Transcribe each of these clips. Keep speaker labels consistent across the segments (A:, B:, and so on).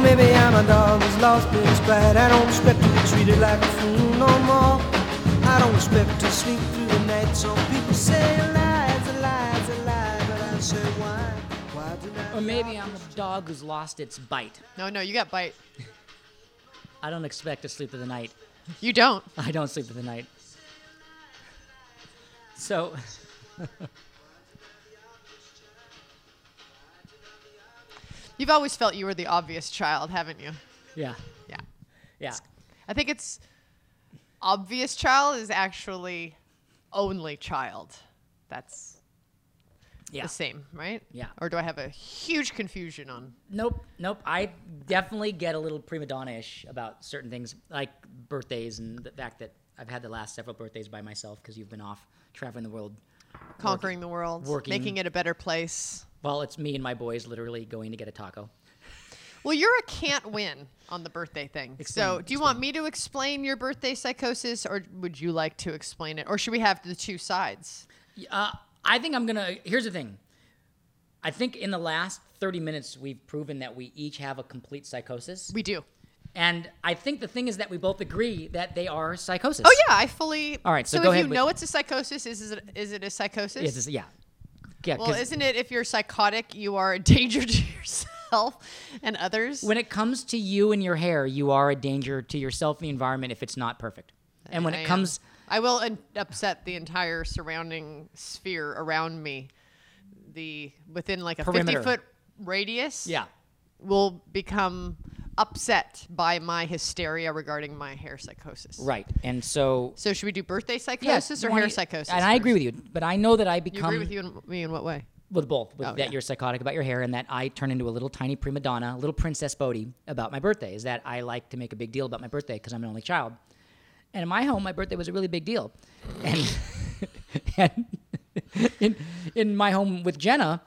A: Maybe I'm a dog who's lost its pride. I don't expect to be treated like a fool no more. I don't expect to sleep through the night. Some people say a lie's a lie's a lie, but I say why? Why do not
B: Or maybe I'm a dog who's lost its bite.
C: No, no, you got bite.
B: I don't expect to sleep through the night.
C: You don't.
B: I don't sleep through the night. So,
C: You've always felt you were the obvious child, haven't you?
B: yeah,
C: Yeah.
B: yeah.
C: I think it's obvious child is actually only child. That's
B: Yeah.
C: the same, right?
B: Yeah.
C: Or do I have a huge confusion on?
B: Nope, nope. I definitely get a little prima donna-ish about certain things, like birthdays and the fact that I've had the last several birthdays by myself because you've been off traveling the world.
C: Conquering the world,
B: working.
C: making it a better place.
B: Well, it's me and my boys literally going to get a taco.
C: Well, you're a can't win on the birthday thing. so, do
B: Explain,
C: you want me to explain your birthday psychosis, or would you like to explain it, or should we have the two sides?
B: Uh, I think I'm gonna. Here's the thing. I think in the last 30 minutes we've proven that we each have a complete psychosis,
C: We do.
B: and I think the thing is that we both agree that they are psychosis.
C: Oh yeah, I fully.
B: All right, so
C: so
B: go
C: if
B: ahead
C: you
B: with-
C: know it's a psychosis, is it is it a psychosis?
B: Yes, it's- yeah, yeah.
C: Well,
B: 'cause-
C: isn't it if you're psychotic, you are a danger to yourself and others?
B: when it comes to you and your hair, you are a danger to yourself and the environment if it's not perfect. And when
C: I
B: it
C: am.
B: comes,
C: I will un- upset the entire surrounding sphere around me. The within like a
B: Perimeter.
C: 50 foot radius
B: yeah,
C: will become upset by my hysteria regarding my hair psychosis.
B: right. And so,
C: So should we do birthday
B: yes,
C: psychosis or
B: why don't
C: hair
B: you-
C: psychosis?
B: And I agree with you, but I know that I
C: You
B: become
C: agree with you and me in what way?
B: with both with
C: Oh,
B: that
C: yeah.
B: you're psychotic about your hair and that I turn into a little tiny prima donna, little princess Bodhi about my birthday. Is that I like to make a big deal about my birthday because I'm an only child. And in my home, my birthday was a really big deal. And, and in, in my home with Jenna,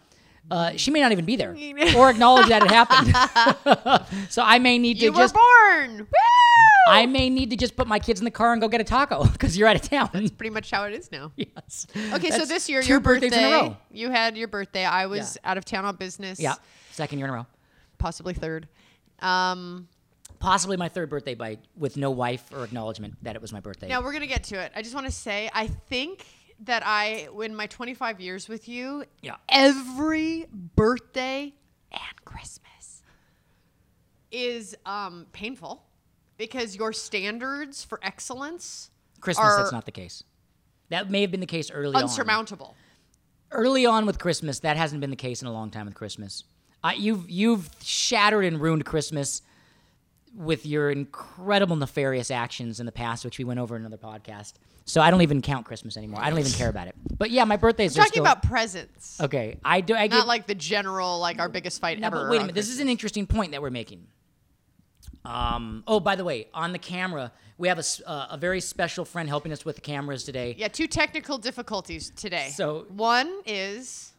B: uh, she may not even be there or acknowledge that it happened. so I may need to
C: You
B: just
C: were born. Woo!
B: I may need to just put my kids in the car and go get a taco because you're out of town.
C: Pretty much how it is now.
B: yes.
C: Okay, so
B: That's
C: this year
B: two
C: your
B: birthdays
C: birthday,
B: in a row.
C: you had your birthday. I was out of town on business.
B: Yeah, second year in a row.
C: possibly third. Um,
B: possibly my third birthday bite with no wife or acknowledgement that it was my birthday.
C: now we're gonna get to it. I just want to say, I think that I, in my 25 years with you,
B: Yeah.
C: every birthday and Christmas is um, painful because your standards for excellence
B: Christmas,
C: are
B: that's not the case. That may have been the case early on.
C: unsurmountable.
B: Early on with Christmas, that hasn't been the case in a long time with Christmas. I, you've you've shattered and ruined Christmas with your incredible nefarious actions in the past, which we went over in another podcast. So I don't even count Christmas anymore. I don't even care about it. But yeah, my birthdays are
C: Talking
B: still
C: about presents,
B: okay. I do. I
C: not
B: get
C: like the general, like our biggest fight
B: Now,
C: ever.
B: but wait a
C: around
B: minute. This
C: Christmas.
B: is an interesting point that we're making. Um, oh, by the way, on the camera, we have a, s- uh, a very special friend helping us with the cameras today.
C: Yeah, two technical difficulties today.
B: So-
C: one is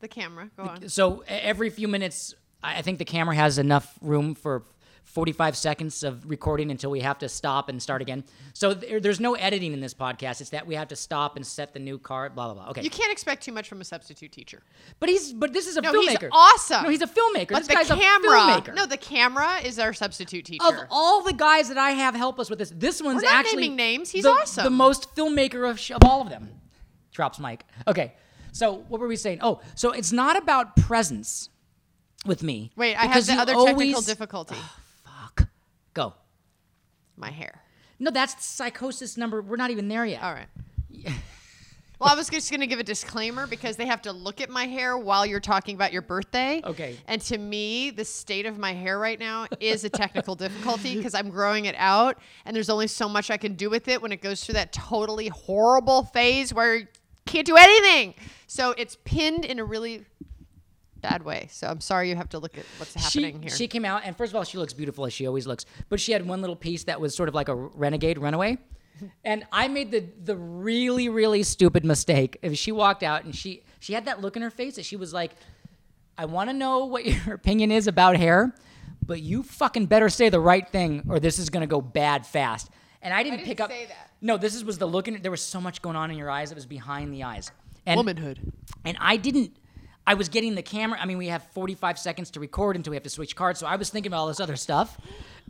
C: the camera. Go on.
B: So e- every few minutes, I I think the camera has enough room for 45 seconds of recording until we have to stop and start again. So there, there's no editing in this podcast. It's that we have to stop and set the new car. Blah blah blah. Okay.
C: You can't expect too much from a substitute teacher.
B: but he's but this is a
C: No, he's
B: filmmaker.
C: awesome.
B: No, he's a filmmaker.
C: But
B: this
C: the
B: guy's a
C: camera.
B: filmmaker.
C: No, the camera is our substitute teacher.
B: of all the guys that I have help us with this, this one's
C: We're not
B: actually
C: naming names. He's
B: the,
C: awesome.
B: The most filmmaker of, sh- of all of them. Drops mic. Okay. So what were we saying? Oh, so it's not about presence with me.
C: Wait, I have
B: because
C: the
B: you
C: other technical
B: always-
C: difficulty.
B: Fuck. Go.
C: My hair.
B: No, that's psychosis number. We're not even there yet.
C: All right. Well, I was just going to give a disclaimer because they have to look at my hair while you're talking about your birthday.
B: Okay.
C: And to me, the state of my hair right now is a technical difficulty because I'm growing it out and there's only so much I can do with it when it goes through that totally horrible phase where you can't do anything. So it's pinned in a really bad way. So I'm sorry you have to look at what's
B: She,
C: happening here.
B: she came out, and first of all, she looks beautiful as she always looks. But she had one little piece that was sort of like a renegade runaway. And I made the the really really stupid mistake. If She walked out, and she she had that look in her face that she was like, "I want to know what your opinion is about hair, but you fucking better say the right thing, or this is gonna go bad fast." And I didn't,
C: didn't
B: pick up.
C: say that.
B: No, this is, was the look in. There was so much going on in your eyes. It was behind the eyes. And
C: Womanhood.
B: and I didn't I was getting the camera. I mean, we have 45 seconds to record until we have to switch cards. So I was thinking about all this other stuff.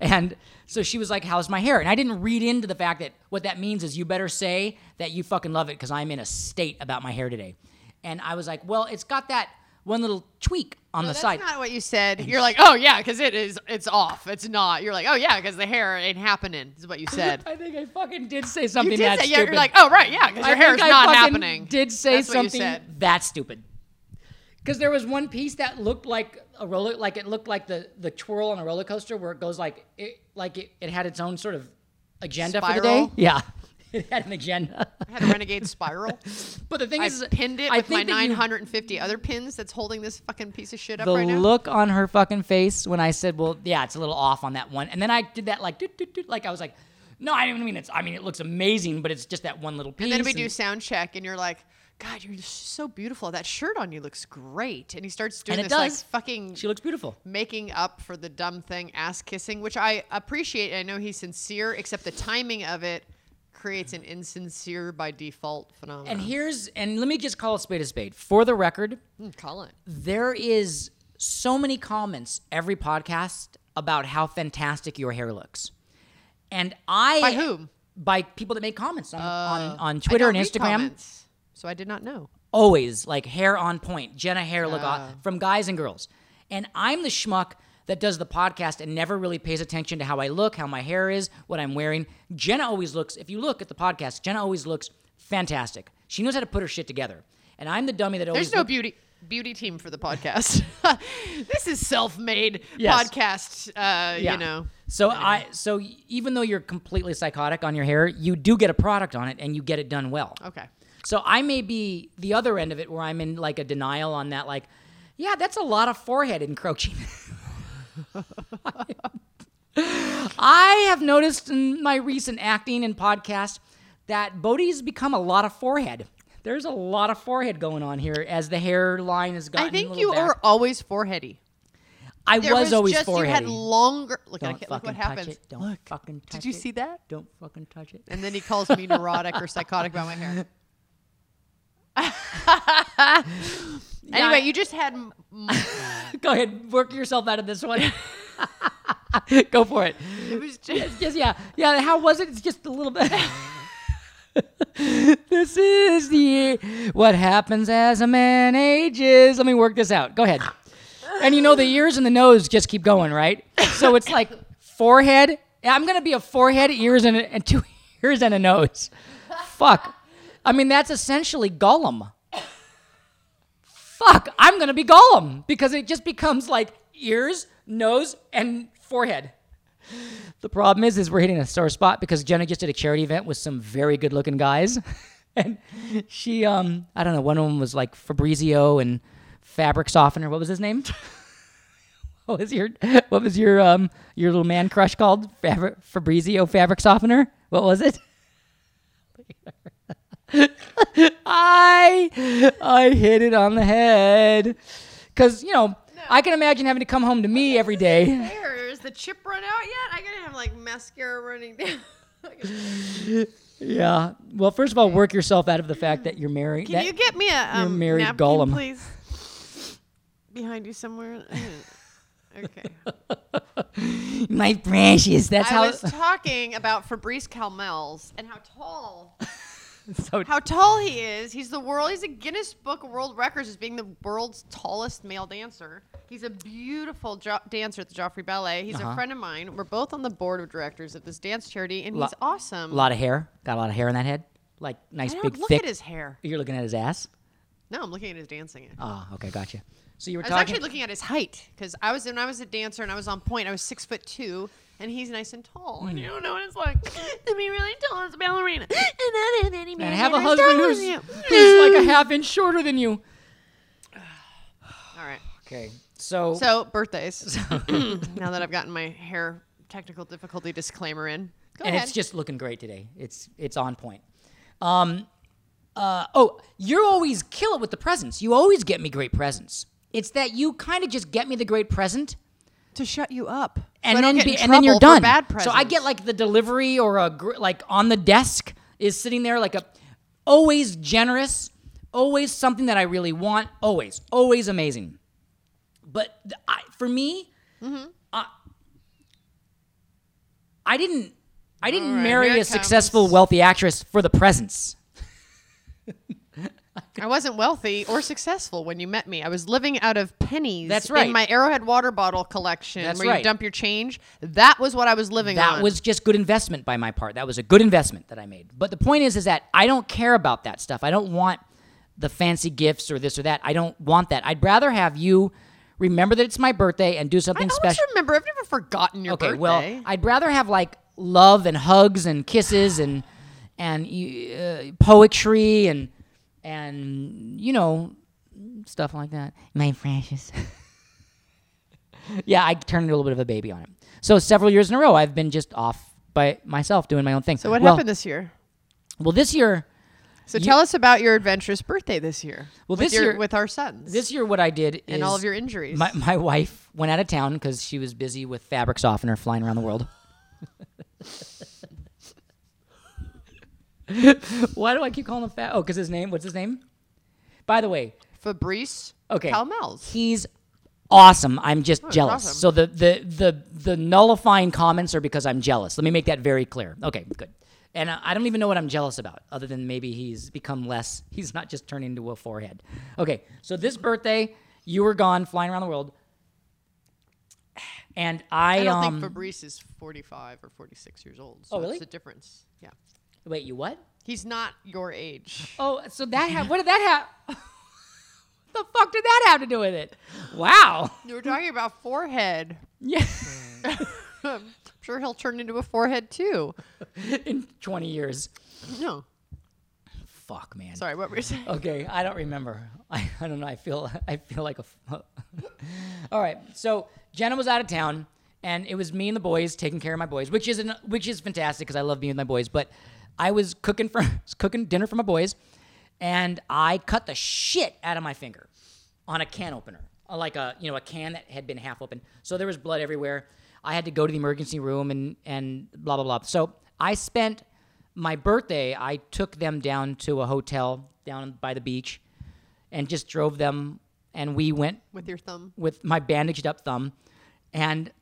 B: And so she was like, How's my hair? And I didn't read into the fact that what that means is you better say that you fucking love it because I'm in a state about my hair today. And I was like, Well, it's got that one little tweak on the
C: That's
B: side.
C: not what you said. You're like, oh yeah, because it is. It's off. It's not. You're like, oh yeah, because the hair ain't happening. Is what you said.
B: I think I fucking did say
C: you
B: something
C: did
B: that
C: say, yeah,
B: stupid.
C: you're like, oh right, yeah, because
B: I
C: your hair is
B: think I
C: not
B: fucking
C: happening.
B: Did say
C: That's what you
B: something
C: said.
B: that stupid. Because there was one piece that looked like a roller, like it looked like the the twirl on a roller coaster where it goes like it, like it, it had its own sort of agenda for the day.
C: Spiral?
B: Yeah, it had an agenda.
C: I had a renegade spiral.
B: But the thing
C: I
B: is,
C: pinned it
B: I
C: with my
B: think that you-
C: 950 other pins. That's holding this fucking piece of shit up
B: The
C: right now.
B: look on her fucking face when I said, "Well, yeah, it's a little off on that one," and then I did that like, doot, doot, doot, like I was like, "No, I didn't mean it's. I mean, it looks amazing, but it's just that one little piece."
C: And then we do
B: and-
C: sound check, and you're like, God, you're just so beautiful. That shirt on you looks great. And he starts doing
B: And it
C: this like
B: does.
C: fucking
B: She looks beautiful.
C: making up for the dumb thing, ass kissing, which I appreciate. I know he's sincere, except the timing of it creates an insincere by default phenomenon.
B: And here's and let me just call a spade a spade. For the record,
C: Mm, call it.
B: there is so many comments every podcast about how fantastic your hair looks. And I
C: By whom?
B: By people that make comments on on, on
C: I
B: Twitter
C: don't
B: and
C: read
B: Instagram.
C: comments, so I did not know.
B: Always like hair on point, Jenna hair look aw- from guys and girls. And I'm the schmuck that does the podcast and never really pays attention to how I look, how my hair is, what I'm wearing. Jenna always looks, if you look at the podcast, Jenna always looks fantastic. She knows how to put her shit together. And I'm the dummy that always
C: There's no
B: looks-
C: beauty beauty team for the podcast. this is self-made
B: Yes.
C: podcast. Uh,
B: Yeah.
C: You know,
B: So I so even though you're completely psychotic on your hair, you do get a product on it and you get it done well.
C: okay.
B: So I may be the other end of it where I'm in like a denial on that like yeah, that's a lot of forehead encroaching. I have noticed in my recent acting and podcast that Bodhi's become a lot of forehead. There's a lot of forehead going on here as the hairline has gotten.
C: I think
B: a
C: you
B: little back.
C: are always foreheady.
B: I
C: There
B: was, always
C: just
B: forehead.
C: you had longer. Look, I
B: Don't
C: can't, look
B: fucking
C: what
B: touch
C: happens.
B: it. Don't fucking touch
C: Did you
B: it.
C: see that?
B: Don't fucking touch it.
C: And then he calls me neurotic or psychotic about my hair.
B: I-
C: anyway, you just had m- m-
B: Go ahead, work yourself out of this one. Go for it.
C: it was just
B: Yes, yeah, yeah. How was it? It's just a little bit. this is the what happens as a man ages. Let me work this out. Go ahead. And you know the ears and the nose just keep going, right? So it's like forehead. I'm gonna be a forehead, ears, and, a, and two ears and a nose. Fuck. I mean that's essentially Gollum. Fuck. I'm gonna be Gollum because it just becomes like ears, nose, and forehead. The problem is, is we're hitting a sore spot because Jenna just did a charity event with some very good looking guys, and she, um, I don't know, one of them was like Fabrizio and fabric softener. What was his name? what was your, what was your, um, your little man crush called? Fabri- Fabrizio fabric softener. What was it? I, I hit it on the head, because you know. I can imagine having to come home to me every day.
C: hair. Is the chip run out yet? I gotta have like mascara running down.
B: Yeah. Well, first of all, work yourself out of the fact that you're married.
C: Can you get me a um,
B: married
C: napkin,
B: Gollum.
C: please? Behind you somewhere. okay.
B: my branches. That's
C: I
B: how.
C: was talking about Fabrice Calmels and how tall
B: so
C: how tall he is. He's the world. He's a Guinness Book of World Records as being the world's tallest male dancer. He's a beautiful jo- dancer at the Joffrey Ballet. He's
B: Uh-huh.
C: a friend of mine. We're both on the board of directors of this dance charity, and
B: Lo-
C: he's awesome.
B: a lot of hair. Got a lot of hair in that head. Like
C: I
B: nice
C: don't
B: big
C: look
B: thick.
C: at his hair.
B: You're looking at his ass.
C: No, I'm looking at his dancing.
B: Ah, okay, gotcha. So you were
C: I was
B: talking.
C: actually looking at his height because I was when I was a dancer and I was on point. I was six foot two, and he's nice and tall.
B: Hmm.
C: And you don't know what it's like to be really tall as a ballerina, and not have any man
B: and have a
C: that's
B: husband
C: taller
B: who's,
C: than you.
B: who's like a half inch shorter than you.
C: All right.
B: Okay. So,
C: So birthdays. now that I've gotten my hair technical difficulty disclaimer in, go
B: and
C: ahead.
B: it's just looking great today. It's it's on point. Um, uh, oh, you always kill it with the presents. You always get me great presents. It's that you kind of just get me the great present,
C: to shut you up, so
B: and
C: I don't
B: then
C: get
B: be,
C: in
B: and then you're
C: trouble for
B: done.
C: Bad
B: so I get
C: presents.
B: like the delivery or a gr- like on the desk is sitting there like a always generous Always something that I really want. Always, always amazing. But th- I, for me,
C: Mm-hmm.
B: I, I didn't, I didn't
C: right,
B: marry
C: here
B: a
C: it
B: successful,
C: comes.
B: wealthy actress for the presents.
C: I wasn't wealthy or successful when you met me. I was living out of pennies.
B: That's right.
C: In my Arrowhead water bottle collection,
B: That's
C: where
B: right.
C: you dump your change. That was what I was living on.
B: That was just good investment by my part. That was a good investment that I made. But the point is, is that I don't care about that stuff. I don't want the fancy gifts or this or that. I don't want that. I'd rather have you remember that it's my birthday and do
C: I
B: something
C: always
B: special.
C: remember. I've never forgotten your
B: okay,
C: birthday.
B: well, I'd rather have like love and hugs and kisses and and you- uh, poetry and and you know stuff like that. My precious. yeah, I turned into a little bit of a baby on it. So several years in a row, I've been just off by myself doing my own thing.
C: so what
B: well,
C: happened this year?
B: Well, this year,
C: So tell us about your adventurous birthday this year.
B: Well,
C: with
B: this
C: your,
B: year-
C: with our sons
B: this year, what I did is
C: and all of your injuries.
B: my my wife went out of town because she was busy with fabric softener flying around the world. Why do I keep calling him fat? Oh, because his name. What's his name? By the way,
C: Fabrice.
B: okay,
C: Calmel's.
B: He's Oh, awesome. I'm just jealous.
C: awesome.
B: So the, the the the nullifying comments are because I'm jealous. Let me make that very clear. Okay, good. And I, I don't even know what I'm jealous about, other than maybe he's become less. He's not just turned into a forehead. Okay, so this birthday, you were gone flying around the world, and I,
C: I don't
B: um
C: think Fabrice is 45 or 46 years old. So
B: Oh, really?
C: It's a difference. Yeah.
B: wait. You what?
C: He's not your age.
B: Oh, so that ha- what did that have? the fuck did that have to do with it? Wow.
C: you were talking about forehead.
B: Yeah.
C: I'm sure he'll turn into a forehead too.
B: In 20 years.
C: No.
B: Fuck, man.
C: Sorry, what were you saying?
B: Okay, I don't remember. I, I don't know. I feel I feel like a. f- All right, so Jenna was out of town, and it was me and the boys taking care of my boys, which is an, which is fantastic because I love being with my boys. But I was cooking for was cooking dinner for my boys, and I cut the shit out of my finger on a can opener, uh, like a you know a can that had been half open. So there was blood everywhere. I had to go to the emergency room and and blah blah blah. So I spent my birthday. I took them down to a hotel down by the beach, and just drove them. And we went
C: With your thumb.
B: with my bandaged up thumb and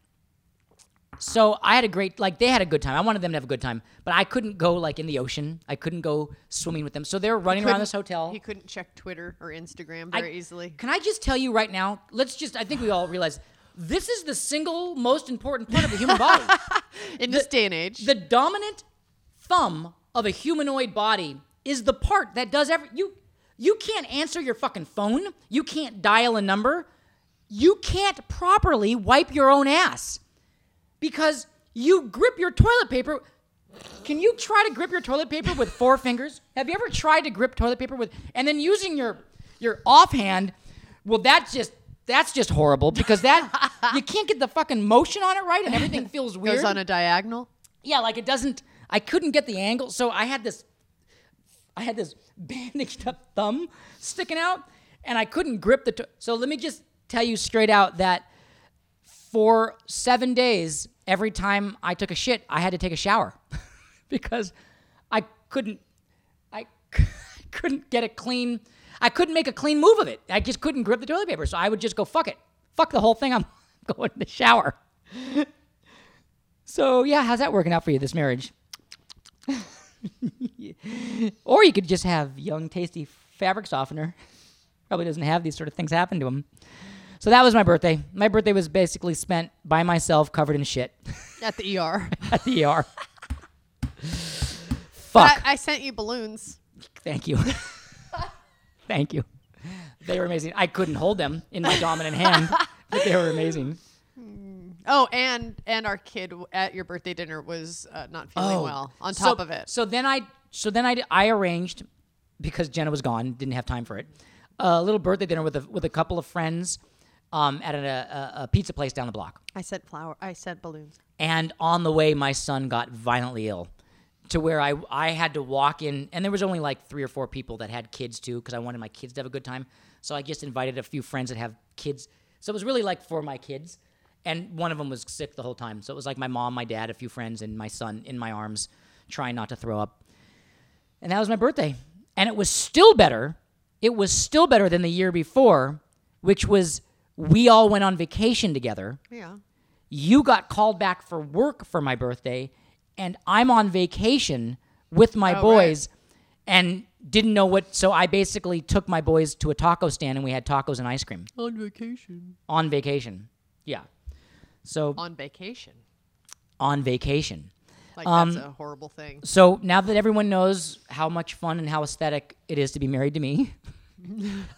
B: so i had a great like they had a good time i wanted them to have a good time but i couldn't go like in the ocean i couldn't go swimming with them so they were running around
C: Couldn't-
B: this hotel
C: He couldn't check Twitter or Instagram
B: I-
C: very easily.
B: can i just tell you right now let's just i think we all realize this is the single most important part of the human body
C: In this day and age.
B: the dominant thumb of a humanoid body is the part that does every you you can't answer your fucking phone you can't dial a number you can't properly wipe your own ass because you grip your toilet paper can you try to grip your toilet paper with four fingers have you ever tried to grip toilet paper with and then using your your offhand well that's just that's just horrible because that you can't get the fucking motion on it right and everything feels weird
C: goes on a diagonal.
B: yeah, like it doesn't. I couldn't get the angle, so I had this, I had this bandaged up thumb sticking out, and I couldn't grip the. To- so let me just tell you straight out that for seven days, every time I took a shit, I had to take a shower because I couldn't, I couldn't get a clean. I couldn't make a clean move of it. I just couldn't grip the toilet paper, so I would just go fuck it, fuck the whole thing. I'm going to the shower. So yeah, how's that working out for you? This marriage, or you could just have young, tasty fabric softener. Probably doesn't have these sort of things happen to him. So that was my birthday. My birthday was basically spent by myself, covered in shit,
C: At the ER.
B: at the ER.
C: I,
B: Fuck.
C: I sent you balloons.
B: Thank you. Thank you. They were amazing. I couldn't hold them in my dominant hand, but they were amazing.
C: Oh, and and our kid w- at your birthday dinner was uh, not feeling well. On
B: Oh, So-
C: top of it,
B: So then I, so then I, d- I arranged because Jenna was gone, didn't have time for it. A little birthday dinner with a with a couple of friends um, at a, a, a pizza place down the block.
C: I sent flower. I sent balloons.
B: And on the way, my son got violently ill, to where I I had to walk in, and there was only like three or four people that had kids too, because I wanted my kids to have a good time. So I just invited a few friends that have kids. So it was really like for my kids, and one of them was sick the whole time. So it was like my mom, my dad, a few friends, and my son in my arms, trying not to throw up. And that was my birthday, and it was still better It was still better than the year before, which was we all went on vacation together.
C: Yeah.
B: You got called back for work for my birthday, and I'm on vacation with my
C: Oh, right.
B: boys and didn't know what. So I basically took my boys to a taco stand and we had tacos and ice cream
C: On vacation.
B: on vacation. Yeah. So
C: On vacation.
B: on vacation.
C: Like that's
B: Um,
C: a horrible thing.
B: So now that everyone knows how much fun and how aesthetic it is to be married to me,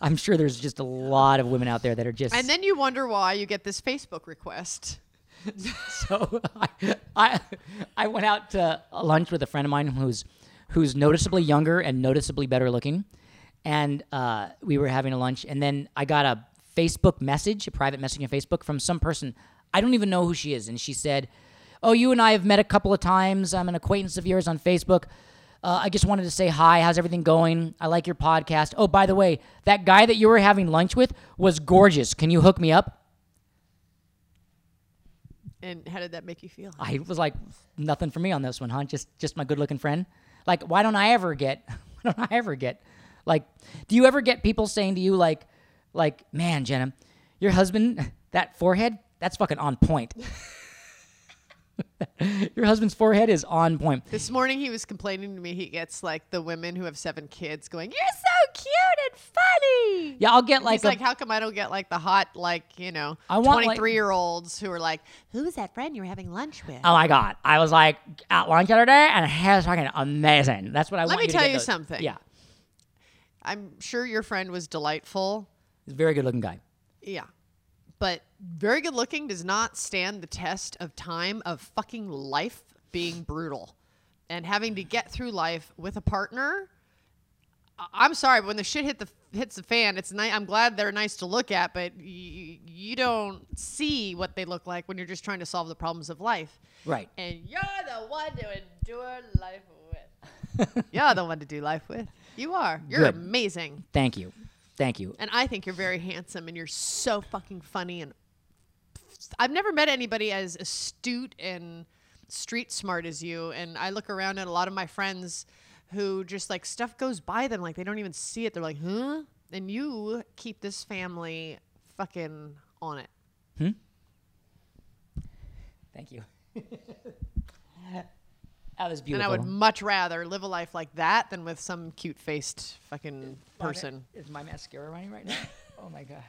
B: I'm sure there's just a lot of women out there that are just
C: And then you wonder why you get this Facebook request.
B: so. I, I I went out to lunch with a friend of mine who's who's noticeably younger and noticeably better looking, and uh, we were having a lunch, and then I got a Facebook message, a private message on Facebook from some person I don't even know who she is, and she said, "Oh, you and I have met a couple of times. I'm an acquaintance of yours on Facebook." Uh, I just wanted to say hi. How's everything going? I like your podcast. Oh, by the way, that guy that you were having lunch with was gorgeous. Can you hook me up?
C: And how did that make you feel?
B: I was like, nothing for me on this one, huh? Just just my good looking friend. Like, why don't I ever get? Why don't I ever get? Like, do you ever get people saying to you like, like, man, Jenna, your husband, that forehead, that's fucking on point. your husband's forehead is on point.
C: This morning he was complaining to me. He gets like the women who have seven kids going, "You're so cute and funny."
B: Yeah, I'll get
C: He's
B: like, a-
C: like, how come I don't get like the hot, like you know,
B: I want, like-
C: twenty-three-year-olds who are like, "Who was that friend you were having lunch with?"
B: oh my god, I was like at lunch the other day and it was fucking amazing. That's what I
C: Let
B: want.
C: me
B: to
C: tell
B: get
C: you
B: those.
C: something.
B: Yeah,
C: I'm sure your friend was delightful.
B: he's a very good looking guy.
C: Yeah, but very good looking does not stand the test of time of fucking life being brutal and having to get through life with a partner. I- I'm sorry, but when the shit hit the hits the fan, it's nice. I'm glad they're nice to look at, but you, you don't see what they look like when you're just trying to solve the problems of life.
B: Right.
C: And you're the one to endure life with. you're the one to do life with. You are. You're
B: Good.
C: amazing.
B: Thank you. Thank you.
C: And I think you're very handsome and you're so fucking funny. And I've never met anybody as astute and street smart as you. And I look around at a lot of my friends who just like stuff goes by them, like they don't even see it. They're like, huh? And you keep this family fucking on it.
B: Thank you. that was
C: And
B: beautiful.
C: I would much rather live a life like that than with some cute faced fucking person.
B: Is my mascara running right now? oh my god.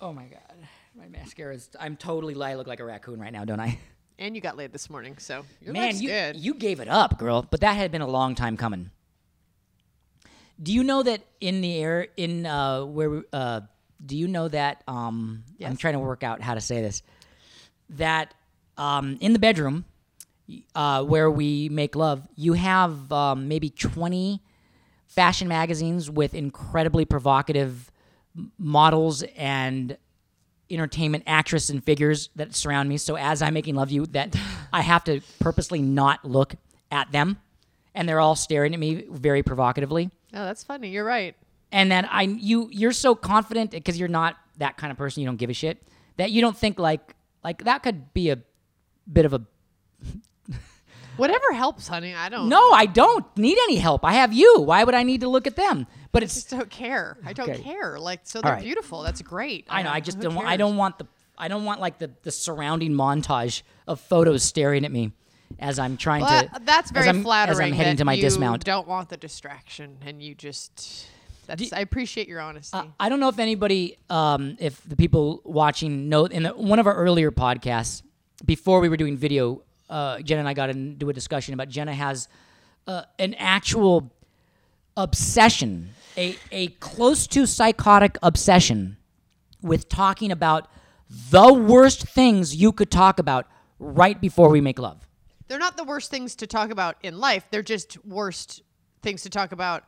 B: Oh my god. My mascara is. I'm totally. I look like a raccoon right now, don't I?
C: And you got laid this morning, so your
B: Man,
C: life's
B: you
C: good.
B: you gave it up, girl. But that had been a long time coming. Do you know that in the air in uh, where we- uh, do you know that um, I'm
C: Yes.
B: trying to work out how to say this that um, in the bedroom uh, where we make love, you have um, maybe 20 fashion magazines with incredibly provocative m- models and entertainment actress and figures that surround me. So as I'm making love to you, that I have to purposely not look at them, and they're all staring at me very provocatively.
C: oh, that's funny. You're right.
B: And then I, you, you're so confident because you're not that kind of person. You don't give a shit that you don't think like like that could be a bit of a
C: Whatever helps, honey. I don't.
B: no. I don't need any help. I have you. Why would I need to look at them? But it's
C: just don't care. I don't
B: Okay.
C: care. Like so, they're
B: right.
C: beautiful. That's great.
B: I know. I
C: Um,
B: just
C: who
B: don't. Want, I
C: cares?
B: don't want the. I don't want like the the surrounding montage of photos staring at me as I'm trying
C: Well,
B: to.
C: that- that's
B: as
C: very
B: I'm-
C: flattering.
B: As I'm heading
C: that
B: to my
C: you
B: dismount.
C: Don't want the distraction, and you just. That's. I appreciate your honesty.
B: I don't know if anybody, um, if the people watching know, in the, one of our earlier podcasts, before we were doing video, uh, Jenna and I got into a discussion about Jenna has uh, an actual obsession, a, a close to psychotic obsession with talking about the worst things you could talk about right before we make love.
C: they're not the worst things to talk about in life. They're just worst things to talk about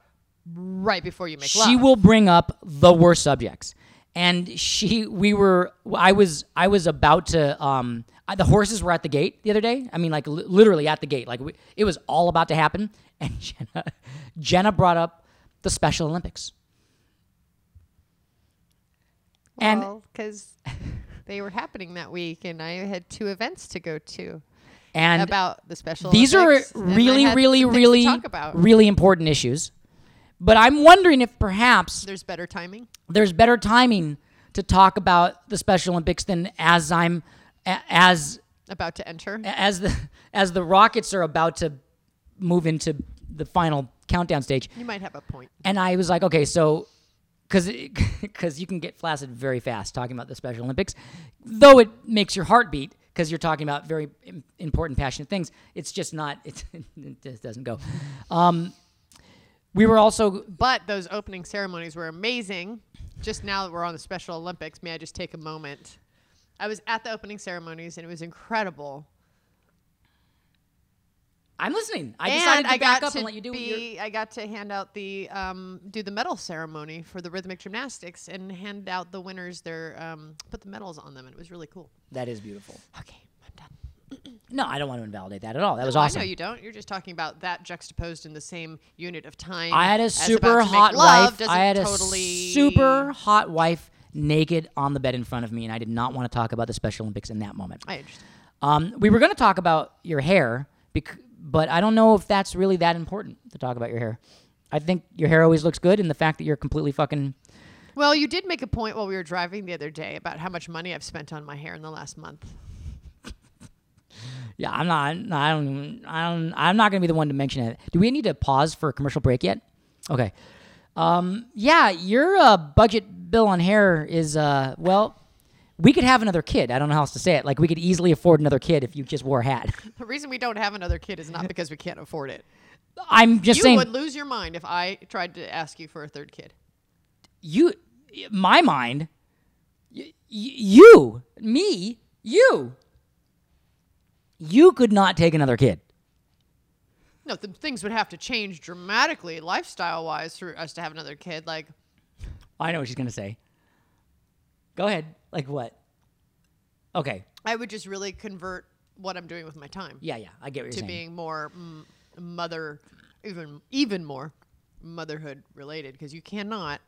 C: right before you make
B: she
C: love.
B: will bring up the worst subjects and she we were i was i was about to um I, the horses were at the gate the other day i mean like li- literally at the gate like we, it was all about to happen and jenna jenna brought up the special olympics and
C: because they were happening that week, and I had two events to go to
B: and
C: about the special.
B: these are
C: Olympics, and I
B: really
C: had
B: really
C: some things to
B: really
C: talk about.
B: really important issues But I'm wondering if perhaps
C: There's better timing.
B: there's better timing to talk about the Special Olympics than as I'm a- as
C: About to enter.
B: as the as the Rockets are about to move into the final countdown stage.
C: You might have a point.
B: And I was like, okay, so because because you can get flaccid very fast talking about the Special Olympics, though it makes your heart beat because you're talking about very im- important, passionate things. It's just not. It, it just doesn't go. Um, we were also
C: But those opening ceremonies were amazing. Just now that we're on the Special Olympics, may I just take a moment? I was at the opening ceremonies and it was incredible.
B: I'm listening. I
C: and
B: decided to
C: I
B: back
C: got
B: up
C: to
B: and let you do. what you're-
C: be, I got to hand out the um, do the medal ceremony for the rhythmic gymnastics and hand out the winners their um, put the medals on them. And it was really cool.
B: that is beautiful.
C: Okay, I'm done.
B: No, I don't want to invalidate that at all. That was
C: Well,
B: awesome.
C: I know you don't. You're just talking about that juxtaposed in the same unit of time.
B: I had a
C: as about
B: super
C: to make
B: hot
C: love
B: wife.
C: doesn't
B: I had a
C: totally
B: super hot wife naked on the bed in front of me, and I did not want to talk about the Special Olympics in that moment.
C: I understand.
B: Um, we were going to talk about your hair, bec- but I don't know if that's really that important to talk about your hair. I think your hair always looks good, and the fact that you're completely fucking.
C: Well, you did make a point while we were driving the other day about how much money I've spent on my hair in the last month.
B: Yeah, I'm not. no, I don't. even- I don't. I'm not going to be the one to mention it. Do we need to pause for a commercial break yet? Okay. Um, yeah, your uh, budget bill on hair is uh, well, we could have another kid. I don't know how else to say it. Like we could easily afford another kid if you just wore a hat.
C: The reason we don't have another kid is not because we can't afford it.
B: I'm just
C: You
B: saying.
C: would lose your mind if I tried to ask you for a third kid.
B: you my mind y- y- you me you you could not take another kid
C: No, th- things would have to change dramatically lifestyle wise for us to have another kid. Like,
B: i know what she's gonna say go ahead like what okay
C: I would just really convert what I'm doing with my time
B: yeah yeah i get what you're
C: to
B: saying
C: being more mm, mother, even even more motherhood related because you cannot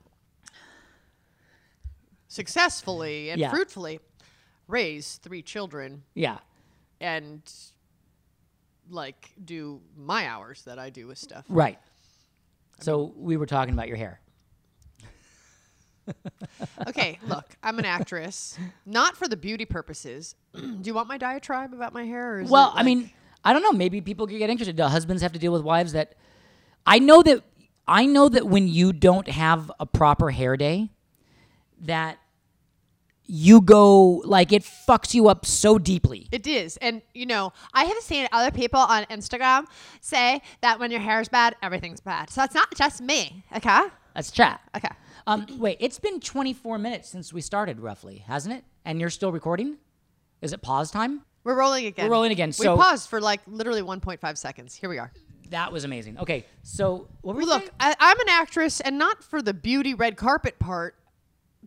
C: successfully and
B: Yeah.
C: fruitfully raise three children
B: yeah
C: and like do my hours that I do with stuff.
B: right so we were talking about your hair
C: Okay, look, I'm an actress, not for the beauty purposes. do you want my diatribe about my hair? Or is
B: well
C: it,
B: i
C: like-
B: mean i don't know maybe people could get interested do husbands have to deal with wives that i know that i know that when you don't have a proper hair day that you go like it fucks you up so deeply
C: It is. And, you know, I have seen other people on Instagram say that when your hair's bad, everything's bad. So it's not just me. Okay?
B: let's chat
C: Okay.
B: um, wait it's been 24 minutes since we started roughly hasn't it and you're still recording is it pause time
C: We're rolling again.
B: We're rolling again,
C: We
B: so-
C: paused for like literally 1.5 seconds. Here we are.
B: that was amazing okay so what were we
C: Look,
B: saying?
C: I, I'm an actress and not for the beauty red carpet part,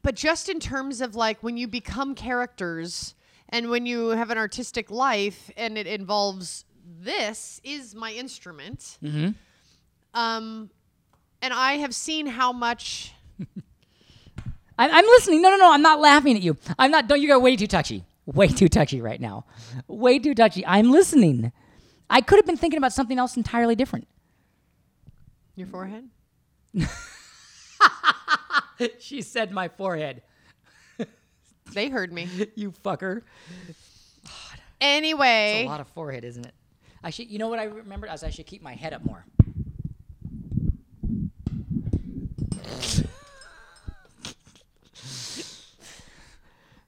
C: but just in terms of like when you become characters and when you have an artistic life and it involves this is my instrument.
B: Mm-hmm.
C: Um, and I have seen how much
B: I, I'm listening. No, no, no. I'm not laughing at you. I'm not. Don't you go way too touchy. Way too touchy right now. Way too touchy. I'm listening. I could have been thinking about something else entirely different. Mm-hmm.
C: your forehead.
B: She said my forehead.
C: They heard me.
B: You fucker.
C: Anyway,
B: A lot of forehead, isn't it? I should. You know what I remembered? As I should keep my head up more.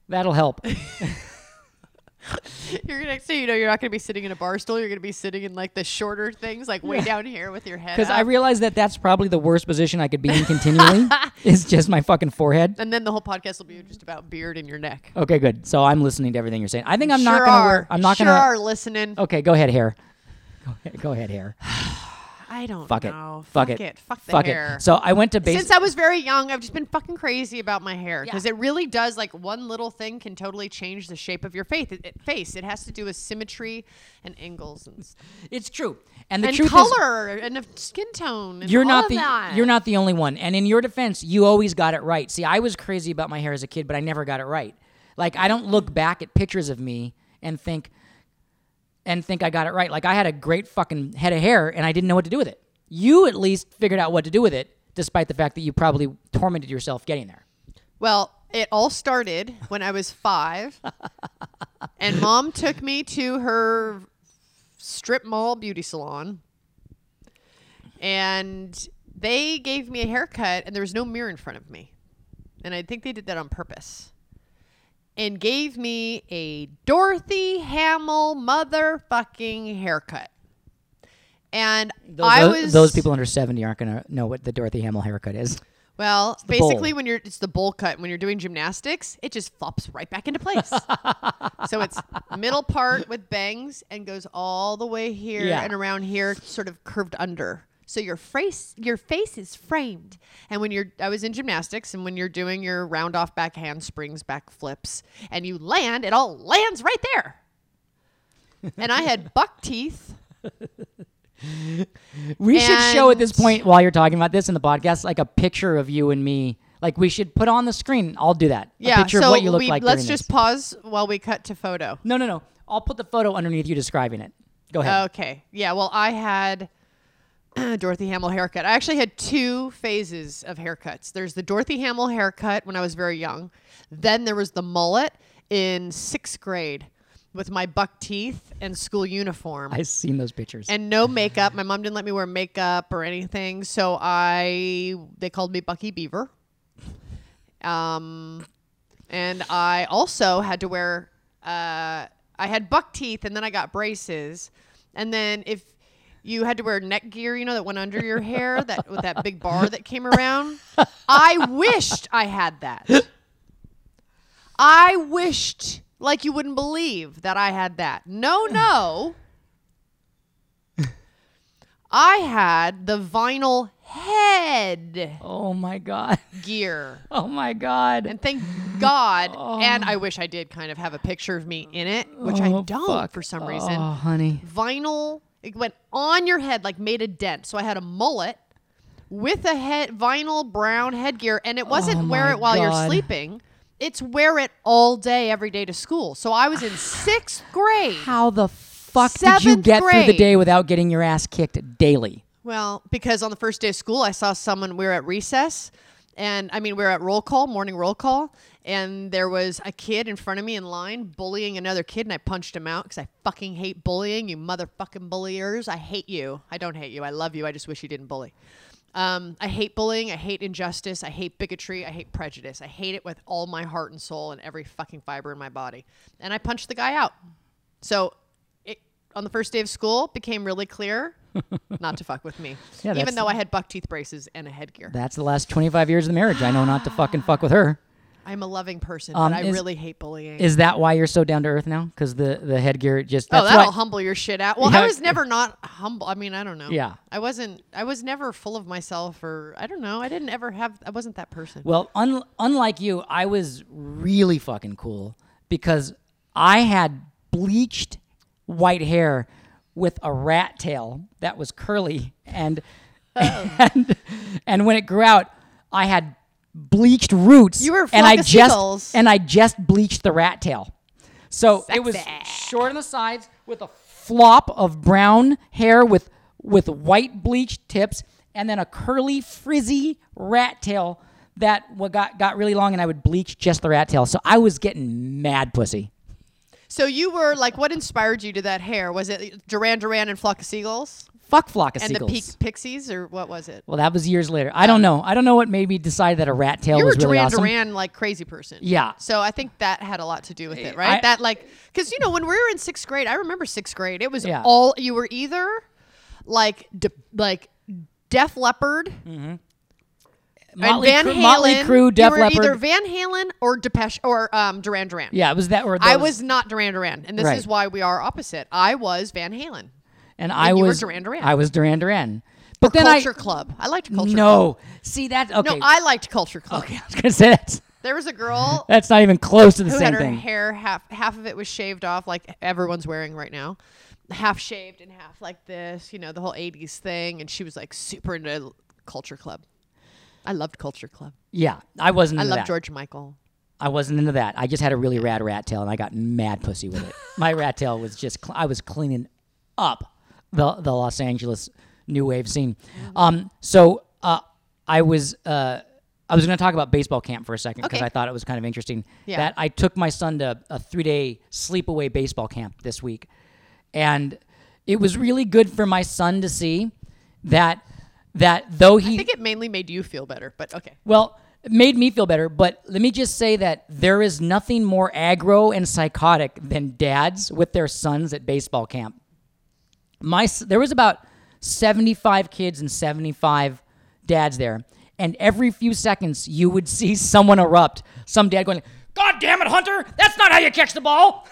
B: That'll help.
C: you're gonna so you know you're not gonna be sitting in a bar stool. You're gonna be sitting in like the shorter things, like way down here with your head.
B: Because I
C: up.
B: realize that that's probably the worst position I could be in continually. is just my fucking forehead.
C: and then the whole podcast will be just about beard and your neck.
B: Okay, good. So I'm listening to everything you're saying. I think I'm not
C: sure
B: gonna
C: are.
B: wear. I'm not
C: sure
B: gonna. Oh,
C: are listening.
B: Okay, go ahead, hair. Go ahead, go ahead, hair.
C: I don't
B: Fuck it.
C: know.
B: Fuck it.
C: it. Fuck the
B: Fuck
C: hair.
B: it. So I went to base.
C: Since I was very young, I've just been fucking crazy about my hair because
B: Yeah.
C: it really does. Like one little thing can totally change the shape of your face. It, it- face. It has to do with symmetry and angles and, s-
B: it's true, and the
C: and
B: truth is,
C: color and of skin tone. And
B: you're
C: all
B: not
C: of
B: the
C: that.
B: you're not the only one. And in your defense, you always got it right. See, I was crazy about my hair as a kid, but I never got it right. Like I don't look back at pictures of me and think and think I got it right. Like I had a great fucking head of hair, and I didn't know what to do with it. You at least figured out what to do with it despite the fact that you probably tormented yourself getting there.
C: Well, it all started when I was five, and mom took me to her strip mall beauty salon, and they gave me a haircut, and there was no mirror in front of me, and I think they did that on purpose, and gave me a Dorothy Hamill motherfucking haircut, and
B: Those,
C: I
B: those,
C: was
B: those people under 70 aren't going to know what the Dorothy Hamill haircut is.
C: Well,
B: the bowl.
C: basically, when you're it's the bowl cut. When you're doing gymnastics, it just flops right back into place. so it's middle part with bangs and goes all the way here
B: Yeah.
C: and around here, sort of curved under. So your face, your face is framed. And when you're, I was in gymnastics, and when you're doing your round off back handsprings, back flips, and you land, it all lands right there. And I had buck teeth.
B: We should show at this
C: And-
B: point while you're talking about this in the podcast, like a picture of you and me. Like we should put on the screen. I'll do that.
C: Yeah.
B: a picture
C: so
B: of what you look
C: we,
B: like.
C: let's
B: during this.
C: just pause while we cut to photo.
B: No, no, no. I'll put the photo underneath you describing it. Go ahead.
C: Okay. Yeah. Well, I had Dorothy Hamill haircut. I actually had two phases of haircuts. There's the Dorothy Hamill haircut when I was very young. Then there was the mullet in sixth grade with my buck teeth and school uniform
B: I've seen those pictures.
C: and no makeup. My mom didn't let me wear makeup or anything, so I they called me Bucky Beaver. Um, and I also had to wear uh, I had buck teeth, and then I got braces, and then if you had to wear neck gear, you know that went under your hair that with that big bar that came around. I wished I had that. I wished like you wouldn't believe that I had that. No, no. I had the vinyl head
B: oh my god.
C: gear.
B: Oh my god.
C: And thank God, and I wish I did kind of have a picture of me in it, which I
B: Oh,
C: don't
B: fuck.
C: for some
B: oh,
C: reason.
B: honey.
C: Vinyl, it went on your head, like made a dent. So I had a mullet with a head vinyl brown headgear, and it wasn't
B: Oh
C: wear
B: my
C: it while you're
B: God.
C: sleeping. It's wear it all day, every day to school. So I was in sixth grade.
B: How the fuck did you
C: Seventh
B: get through
C: grade.
B: the day without getting your ass kicked daily?
C: Well, because on the first day of school, I saw someone. We were at recess, and I mean, we were at roll call, morning roll call, and there was a kid in front of me in line bullying another kid, and I punched him out because I fucking hate bullying. You motherfucking bulliers! I hate you. I don't hate you. I love you. I just wish you didn't bully. Um, I hate bullying. I hate injustice. I hate bigotry. I hate prejudice. I hate it with all my heart and soul and every fucking fiber in my body. And I punched the guy out. So it, on the first day of school became really clear not to fuck with me.
B: Yeah,
C: Even
B: that's-
C: though I had buck teeth braces and a headgear.
B: That's the last 25 years of the marriage. I know not to fucking fuck with her.
C: I'm a loving person,
B: Um,
C: but I
B: is-
C: really hate bullying.
B: Is that why you're so down to earth now? Because the the headgear just
C: oh,
B: that's
C: that'll
B: why-
C: humble your shit out. Well,
B: Yeah.
C: I was never not humble. I mean, I don't know.
B: Yeah.
C: I wasn't I was never full of myself or I don't know. I didn't ever have I wasn't that person.
B: Well, un- unlike you, I was really fucking cool because I had bleached white hair with a rat tail that was curly and and, and when it grew out, I had bleached roots.
C: You were a
B: and I
C: flock of seagulls.
B: just and I just bleached the rat tail. So it was
C: Sexy.
B: short on the sides with a flop of brown hair with with white bleached tips and then a curly frizzy rat tail that wa- got got really long and I would bleach just the rat tail. So I was getting mad pussy.
C: So you were like what inspired you to that hair? Was it Duran Duran and Flock of Seagulls?
B: Fuck flock of
C: And
B: seagulls.
C: the peak Pixies or what was it?
B: well, that was years later. I don't know. I don't know what made me decide that a rat tail
C: you were
B: was really
C: Duran
B: awesome.
C: Duran like crazy person.
B: Yeah.
C: So I think that had a lot to do with it,
B: I-
C: right? that like because you know when we were in sixth grade, I remember sixth grade. It was
B: Yeah.
C: all you were either like de- like Def Leppard.
B: Mm. Motley
C: and Van
B: Crue- Motley
C: Halen.
B: Crue, Def
C: you were either
B: Leppard.
C: Van Halen or Depeche or um, Duran Duran.
B: Yeah, it was that or
C: I
B: those-
C: was not Duran Duran, and this
B: Right.
C: is why we are opposite. I was Van Halen.
B: and I
C: you were
B: was
C: Duran Duran.
B: I was Duran Duran. But then
C: Culture
B: I
C: Club. I liked Culture Club.
B: no. See that okay.
C: No, I liked Culture Club.
B: okay, I was gonna say that's
C: There was a girl
B: that's not even close to the
C: who
B: same
C: had her
B: thing.
C: hair half half of it was shaved off like everyone's wearing right now half shaved and half like this you know the whole 80s thing and she was like super into culture club i loved culture club
B: Yeah, I wasn't.
C: i
B: Into
C: love
B: that.
C: george michael
B: I wasn't into that. I just had a really rad rat tail, and I got mad pussy with it. My rat tail was just. Cl- I was cleaning
C: Mm-hmm.
B: up the the Los Angeles new wave scene. Um, so uh, I was uh, I was going to talk about baseball camp for a second because
C: Okay.
B: I thought it was kind of interesting.
C: Yeah.
B: That I took my son to a three day sleepaway baseball camp this week, and it was really good for my son to see that that though he
C: I think it mainly made you feel better, but okay.
B: well, it made me feel better, but let me just say that there is nothing more aggro and psychotic than dads with their sons at baseball camp. My s- there was about 75 kids and 75 dads there, and every few seconds you would see someone erupt. Some dad going, "God damn it, Hunter! That's not how you catch the ball."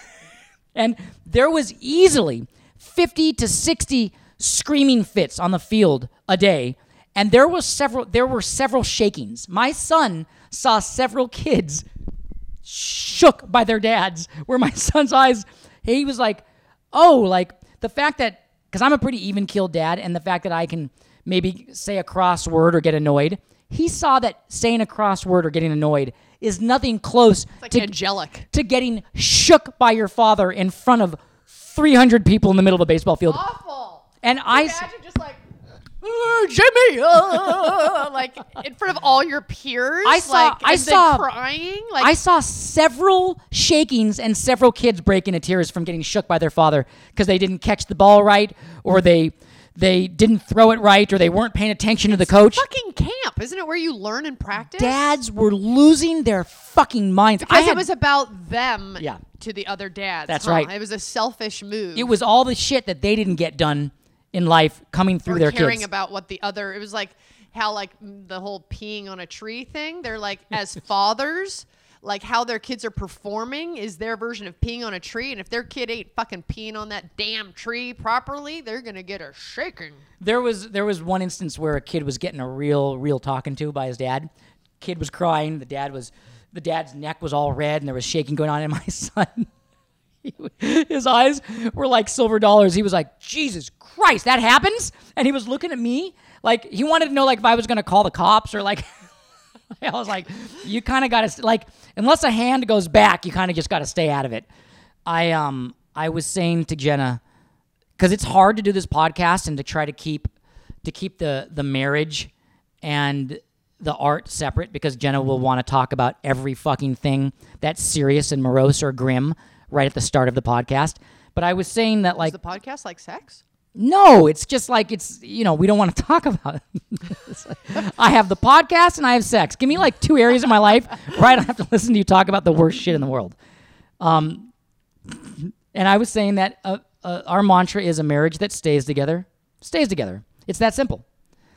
B: And there was easily 50 to 60 screaming fits on the field a day. And there was several there were several shakings. My son saw several kids shook by their dads where my son's eyes he was like, "Oh, like the fact that cuz I'm a pretty even keel dad and the fact that I can maybe say a crossword or get annoyed, he saw that saying a crossword or getting annoyed is nothing close
C: Like
B: to
C: angelic.
B: to getting shook by your father in front of 300 people in the middle of a baseball field.
C: Awful.
B: and I, s-
C: Oh, Imagine just like "Uh, Jimmy, uh," like in front of all your peers.
B: I saw-
C: like,
B: I
C: and then
B: saw-
C: crying. Like
B: I saw several shakings and several kids break into tears from getting shook by their father because they didn't catch the ball right, or they they didn't throw it right, or they weren't paying attention to the coach.
C: fucking camp, isn't it? Where you learn and practice.
B: Dads were losing their fucking minds. I
C: Because
B: had,
C: it was about them
B: Yeah.
C: to the other dads.
B: That's
C: huh?
B: right.
C: It was a selfish move.
B: it was all the shit that they didn't get done in life coming through
C: or
B: their
C: caring
B: kids.
C: about what the other. It was like how like m- the whole peeing on a tree thing. They're like as fathers. Like how their kids are performing is their version of peeing on a tree, and if their kid ain't fucking peeing on that damn tree properly, they're gonna get a shaking.
B: There was there was one instance where a kid was getting a real real talking to by his dad. Kid was crying. The dad was the dad's neck was all red and there was shaking going on. And my son, he w- his eyes were like silver dollars. He was like, Jesus Christ, that happens. And he was looking at me like he wanted to know like if I was gonna call the cops or like. I was like, you kind of got to like unless a hand goes back, you kind of just got to stay out of it. I um I was saying to Jenna because it's hard to do this podcast and to try to keep to keep the the marriage and the art separate because Jenna will want to talk about every fucking thing that's serious and morose or grim right at the start of the podcast. But I was saying that like
C: Is the podcast like sex?
B: no, it's just like it's you know we don't want to talk about. It. It's like, I have the podcast and I have sex. Give me like two areas of my life where I don't have to listen to you talk about the worst shit in the world. Um, and I was saying that uh, uh, our mantra is a marriage that stays together, stays together. It's that simple.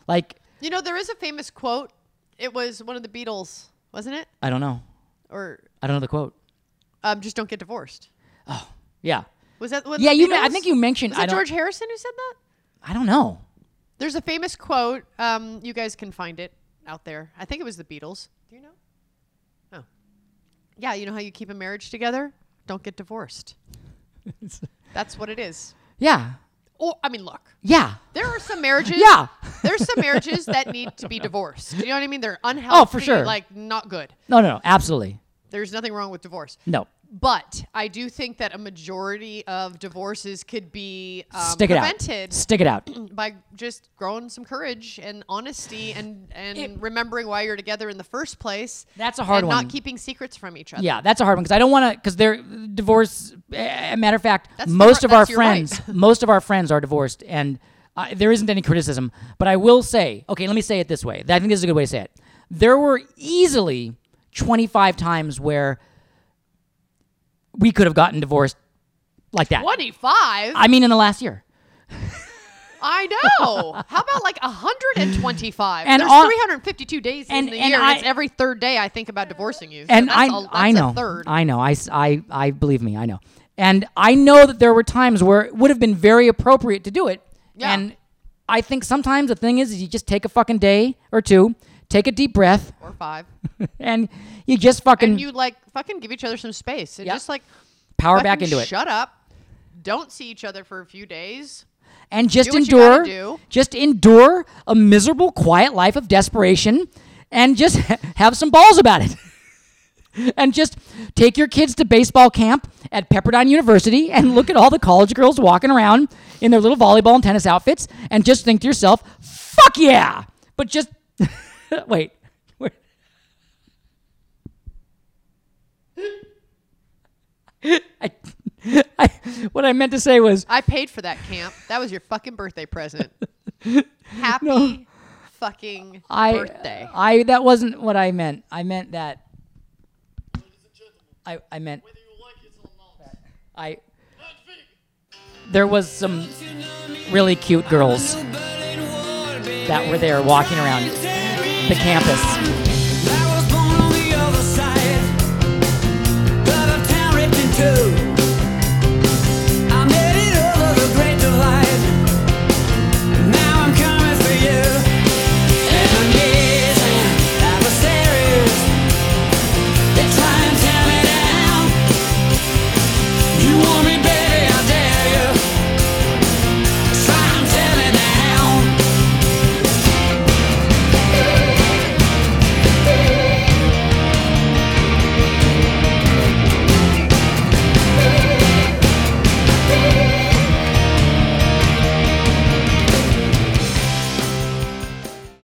B: Like
C: You know, there is a famous quote. It was one of the Beatles, wasn't it?
B: I don't know,
C: Or
B: I don't know the quote.
C: um, just don't get divorced.
B: Yeah,
C: Was that? What
B: yeah.
C: the
B: You, ma- I
C: Beatles?
B: think you mentioned.
C: Was
B: I
C: that
B: don't.
C: George Harrison who said that?
B: I don't know.
C: There's a famous quote. Um, you guys can find it out there. I think it was the Beatles. Do you know? Oh. Yeah, you know how you keep a marriage together? Don't get divorced. That's what it is.
B: Yeah,
C: Or I mean, look,
B: yeah.
C: there are some marriages.
B: Yeah.
C: There's some marriages that need to be divorced. You know what I mean? They're unhealthy.
B: Oh, sure.
C: Like not good.
B: No, no, no. Absolutely
C: There's nothing wrong with divorce.
B: no.
C: But I do think that a majority of divorces could be um,
B: Stick it out.
C: prevented
B: Stick it out.
C: by just growing some courage and honesty and and remembering why you're together in the first place.
B: That's a hard
C: and
B: one.
C: Not keeping secrets from each other.
B: Yeah, that's a hard one because I don't want to. Because they're divorced. eh, Matter of fact,
C: That's
B: most
C: the-
B: of our
C: that's your right.
B: friends, most of our friends are divorced, and uh, there isn't any criticism. But I will say, okay, let me say it this way. I think this is a good way to say it. There were easily 25 times where we could have gotten divorced like that.
C: 25. I,
B: I mean, in the last year.
C: know. How about like 125?
B: And
C: There's
B: on-
C: 352 days
B: and-
C: in the
B: and
C: year.
B: I-
C: it's every third day I think about divorcing you. So
B: and
C: that's
B: I,
C: a- that's
B: I
C: a
B: know,
C: third.
B: I know, I, s- I- I believe me, I know, and I know that there were times where it would have been very appropriate to do it,
C: Yeah.
B: and I think sometimes the thing is, is you just take a fucking day or two, take a deep breath,
C: or five.
B: and you just fucking
C: And you like fucking give each other some space. And
B: Yeah.
C: just like
B: power back
C: fucking
B: into it,
C: Shut up. Don't see each other for a few days.
B: and just
C: do what you
B: endure,
C: gotta do.
B: just endure a miserable, quiet life of desperation, and just have some balls about it. and just take your kids to baseball camp at Pepperdine University and look at all the college girls walking around in their little volleyball and tennis outfits and just think to yourself, fuck yeah. But just Wait. Where- I, I, what I meant to say was
C: I paid for that camp. That was your fucking birthday present. Happy fucking
B: I
C: birthday.
B: I that wasn't what I meant. I meant that. I I meant I. There was some really cute girls that were there walking around the campus.
D: I was born on the other side, but I'm town ripped in two.